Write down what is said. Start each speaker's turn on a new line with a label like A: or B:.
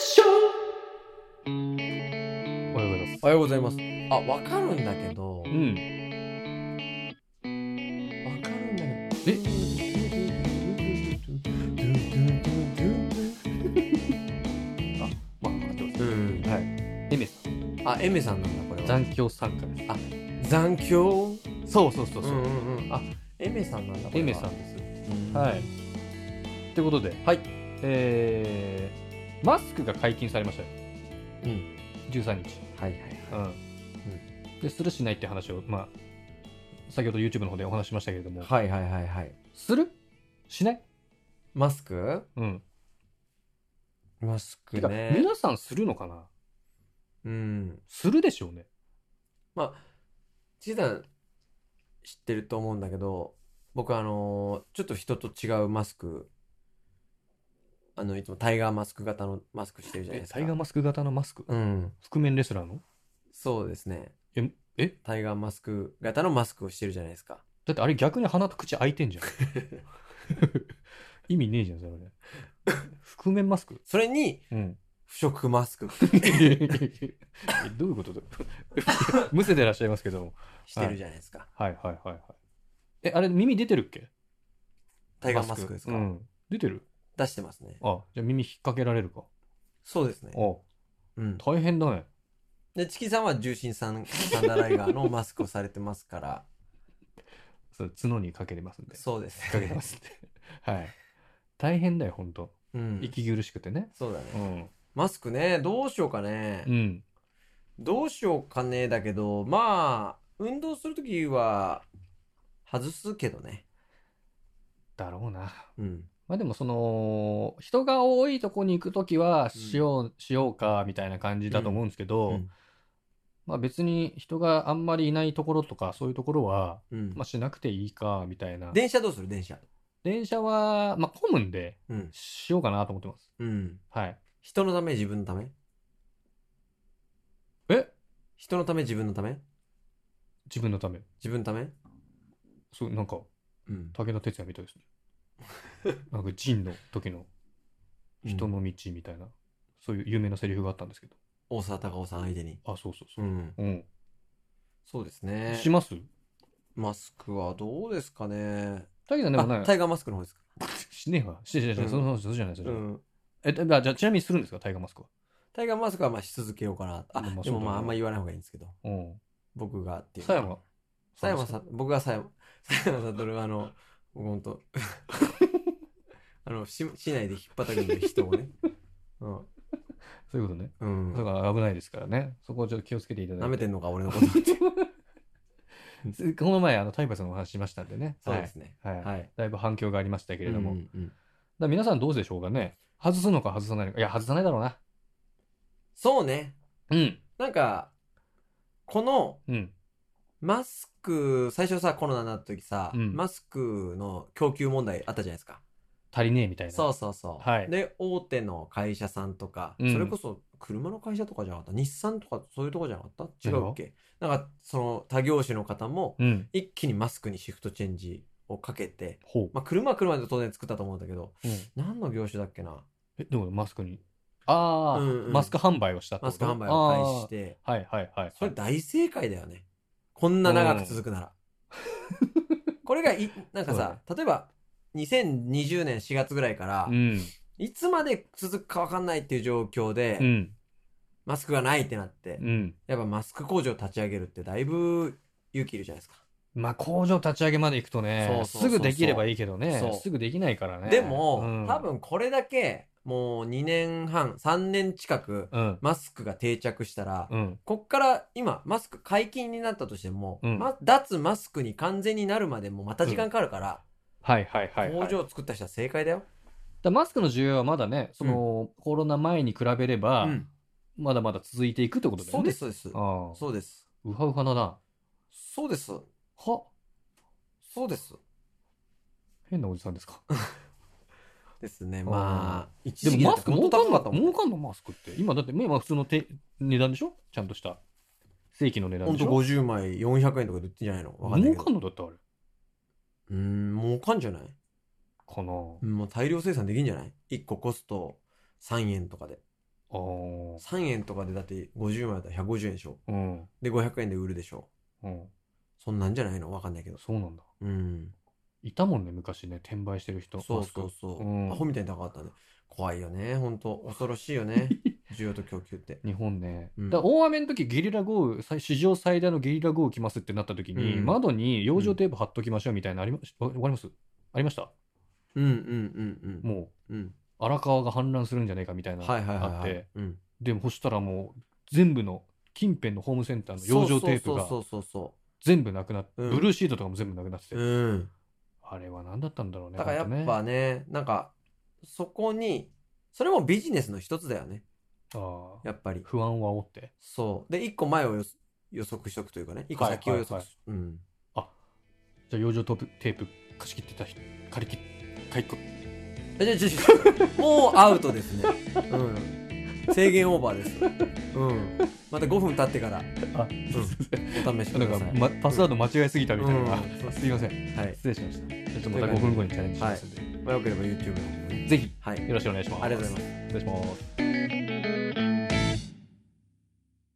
A: ショ
B: おはようございます
A: おはようございます。
C: あわかるんだけどわ
B: うん
C: かるんだけど
B: えまあ分かってます
C: うん
B: エメさん
C: あエメさんなんだこれは
B: 残響参加です
C: あ残響
B: そうそうそう
C: う
B: そうん
C: うんうんあエメさんなんだこれ
B: エ
C: は
B: メさんです
C: うん
B: はいということで
C: はい
B: えーマスクが解禁されましたよ
C: うん
B: 13日
C: はいはいはい
B: うんでするしないって話をまあ先ほど YouTube の方でお話ししましたけれども
C: はいはいはいはい
B: するしない
C: マスク
B: うん
C: マスク
B: てか
C: ね
B: 皆さんするのかな
C: うん
B: するでしょうね
C: まあちさん知ってると思うんだけど僕あのーちょっと人と違うマスクあのいつもタイガーマスク型のマスクしてるじゃない
B: え
C: ですか
B: タイガーマスク型のマスク
C: うん
B: 覆面レスラーの
C: そうですね
B: ええ
C: タイガーマスク型のマスクをしてるじゃないですか
B: だってあれ逆に鼻と口開いてんじゃん意味ねえじゃんそれ覆面マスク
C: それに
B: うん
C: 不織布マスク
B: えどういうことだむせてらっしゃいますけども
C: してるじゃないですか、
B: はいはいはいはいえあれ耳出てるっけ
C: タイガーマスクですか、
B: うん、出てる
C: 出してますね
B: あじゃあ耳引っ掛けられるか
C: そうですね
B: あ、大
C: うん、
B: 変だね
C: でチキさんは重心さんサンダーライガーのマスクをされてますから
B: そう角にかけれます んで
C: そうです
B: かけてます んではい大変だよほんと
C: うん
B: 息苦しくてね
C: そうだね、
B: うん、
C: マスクねどうしようかね、
B: うん、
C: どうしようかねだけどまあ運動するときは外すけどね
B: だろうな
C: うん
B: まあでもその人が多いとこに行くときはしよう、しようかみたいな感じだと思うんですけど、
C: うん
B: まあ別に人があんまりいないところとかそういうところは、
C: うん
B: まあしなくていいかみたいな。
C: 電車どうする電車
B: 電車は、まあ混むんで
C: うん
B: しようかなと思ってます。
C: うん
B: はい。
C: 人のため自分のため
B: え
C: 人のため自分のため
B: 自分のため。
C: 自分のため
B: そう、なんか
C: うん
B: 武田鉄矢みた いですね。なんか仁の時の人
C: うん
B: の道みたいな、そういう有名なセリフがあったんですけど。
C: 大沢たかおさん相手に
B: あ、そうそうそうう。
C: ん
B: うん。
C: そうですね
B: します
C: マスクはどうですかね
B: だけどでも
C: あ
B: ね
C: タ、イガーマスクの方ですか
B: しねえわ。してしてして、
C: うん
B: そのそうじゃない、そうじゃない。
C: ん
B: え、だだじゃあちなみにするんですかタイガーマスクは。
C: タイガーマスクはまあし続けようかなあ
B: まあまあ
C: でもまああ
B: そうだね
C: んま言わない方がいいんですけど
B: うん。
C: 僕がっていう
B: 佐山
C: 佐山さん、僕が佐山、佐山悟はあの、僕ほんと、 あの、し市内で引っ張ったくる人をね。 うん。
B: そういうことね。
C: うん。
B: だから危ないですからね。そこをちょっと気をつけていただ
C: 舐
B: い
C: め
B: て。
C: てんのか、俺のこと。
B: この前、あの、タイバさんのお話ししましたんでね。
C: そうですね。
B: はい。はい
C: はい。
B: だいぶ反響がありましたけ
C: け
B: れども。
C: う
B: だか
C: んうん
B: ら皆さんどうでしょうかね。外すのか外さないのか。いや、外さないだろうな。
C: そうね。
B: うん。
C: なんか、この、
B: うん。
C: マスク、最初さ、コロナになった時さ、
B: うん
C: マスクの供給問題あったじゃないですか。
B: 足りねえみたいな。
C: そうそうそう。
B: はい
C: で、大手の会社さんとか、
B: うん
C: それこそ車の会社とかじゃなかった日産とかそういうとこじゃなかった違うっけなんか、その他業種の方も、
B: う。ん。
C: 一気にマスクにシフトチェンジをかけて、
B: ほ
C: まあ、車は車で当然作ったと思うんだけど、
B: う。うん、
C: 何の業種だっけな
B: え、どういうことマスクに。ああ、
C: うんうん
B: マスク販売をしたって
C: マ
B: こ
C: ス
B: と
C: ク販売を開始して、
B: あーはいはいはい。
C: それ大正解だよね。こんな長く続くなら。これがい、なんかさ、例えば、2020年4月ぐらいから、
B: うん。
C: いつまで続くかわかんないっていう状況で、
B: うん。
C: マスクがないってなって、
B: うん。
C: やっぱマスク工場立ち上げるってだいぶ勇気いるじゃないですか。
B: まあ、工場立ち上げまで行くとね
C: そうそうそうそう
B: すぐできればいいけどね
C: そう
B: すぐできないからね
C: でも、
B: うん、
C: 多分これだけ、もう2年半、3年近く、
B: うん
C: マスクが定着したら、
B: うん
C: こっから今、マスク解禁になったとしても、
B: うん
C: ま、脱マスクに完全になるまでもうまた時間かかるから、
B: はいはいはい、はい、
C: 工場を作った人は正解だよ。
B: だマスクの需要はまだね、その、コロナ前に比べれば、
C: うん
B: まだまだ続いていくってことだよね。
C: そうです、そうです。
B: ああ。
C: そうです。
B: うはうはだな。
C: そうです。
B: は
C: そうです。
B: 変なおじさんですか。
C: ですね。
B: あー
C: まあ、一
B: でもマスク儲かん
C: か
B: の
C: ったもん
B: 儲かんのマスクって。今だって、今普通のて値段でしょちゃんとした。正規の値段
C: ほん
B: でし
C: と
B: ょ
C: 50枚400円とかで売ってんじゃないのわかんない
B: 儲
C: けど
B: か。んのだってあれ。
C: うーん、儲かんじゃない
B: かな
C: もう大量生産できんじゃない ?1 個コスト3円とかで
B: おー
C: 3円とかでだって50枚だったら150円でしょ
B: うん。
C: で500円で売るでしょ
B: うん。
C: そんなんじゃないのわかんないけど
B: そうなんだ。
C: うん
B: いたもんね、昔ね、転売してる人。
C: そうそうそう、
B: うん
C: アホみたいに高かったね怖いよねほんと恐ろしいよ ね需要と供給って
B: 日本ね、
C: うん
B: だから大雨の時ゲリラ豪雨最史上最大のゲリラ豪雨来ますってなった時に、
C: うん
B: 窓に養生テープ貼っときましょうみたいなのありましわわかりますありました
C: うんうんうんうん
B: も
C: う、ん、
B: う荒川が氾濫するんじゃねえかみたいなのが
C: はい
B: あって、
C: はいはい、はいうん、
B: でもそしたらもう全部の近辺のホームセンターの養生テープが
C: そうそうそうそ
B: 全部なくなって、
C: うん
B: ブルーシートとかも全部なくなってて、
C: うそううん
B: あれは何だったんだろうね
C: だからや
B: ほん
C: っ
B: と
C: ぱ
B: ね
C: ねなんかそこにそれもビジネスの一つだよね
B: ああ
C: やっぱり
B: 不安を煽って
C: そうで一個前を予予測しとくというかね一個先を予測し、うん
B: じゃあ養生テープ貸し切ってた人借り切っ買いこ
C: えじゃじゃじゃもうアウトですね、うん、制限オーバーです、うん、また5分経ってから
B: あ、
C: うん、お試しく
B: な
C: だ
B: んか
C: さい、
B: ま、パスワード間違えすぎたみたいな、
C: うんそう
B: すいません
C: はい
B: 失礼しましたちょっとまた5分後にチャレンジしますんで、
C: まあ、よければ YouTube の方もね
B: ぜひ
C: はいあり
B: よろしくお願いします
C: がとうございます
B: 失礼します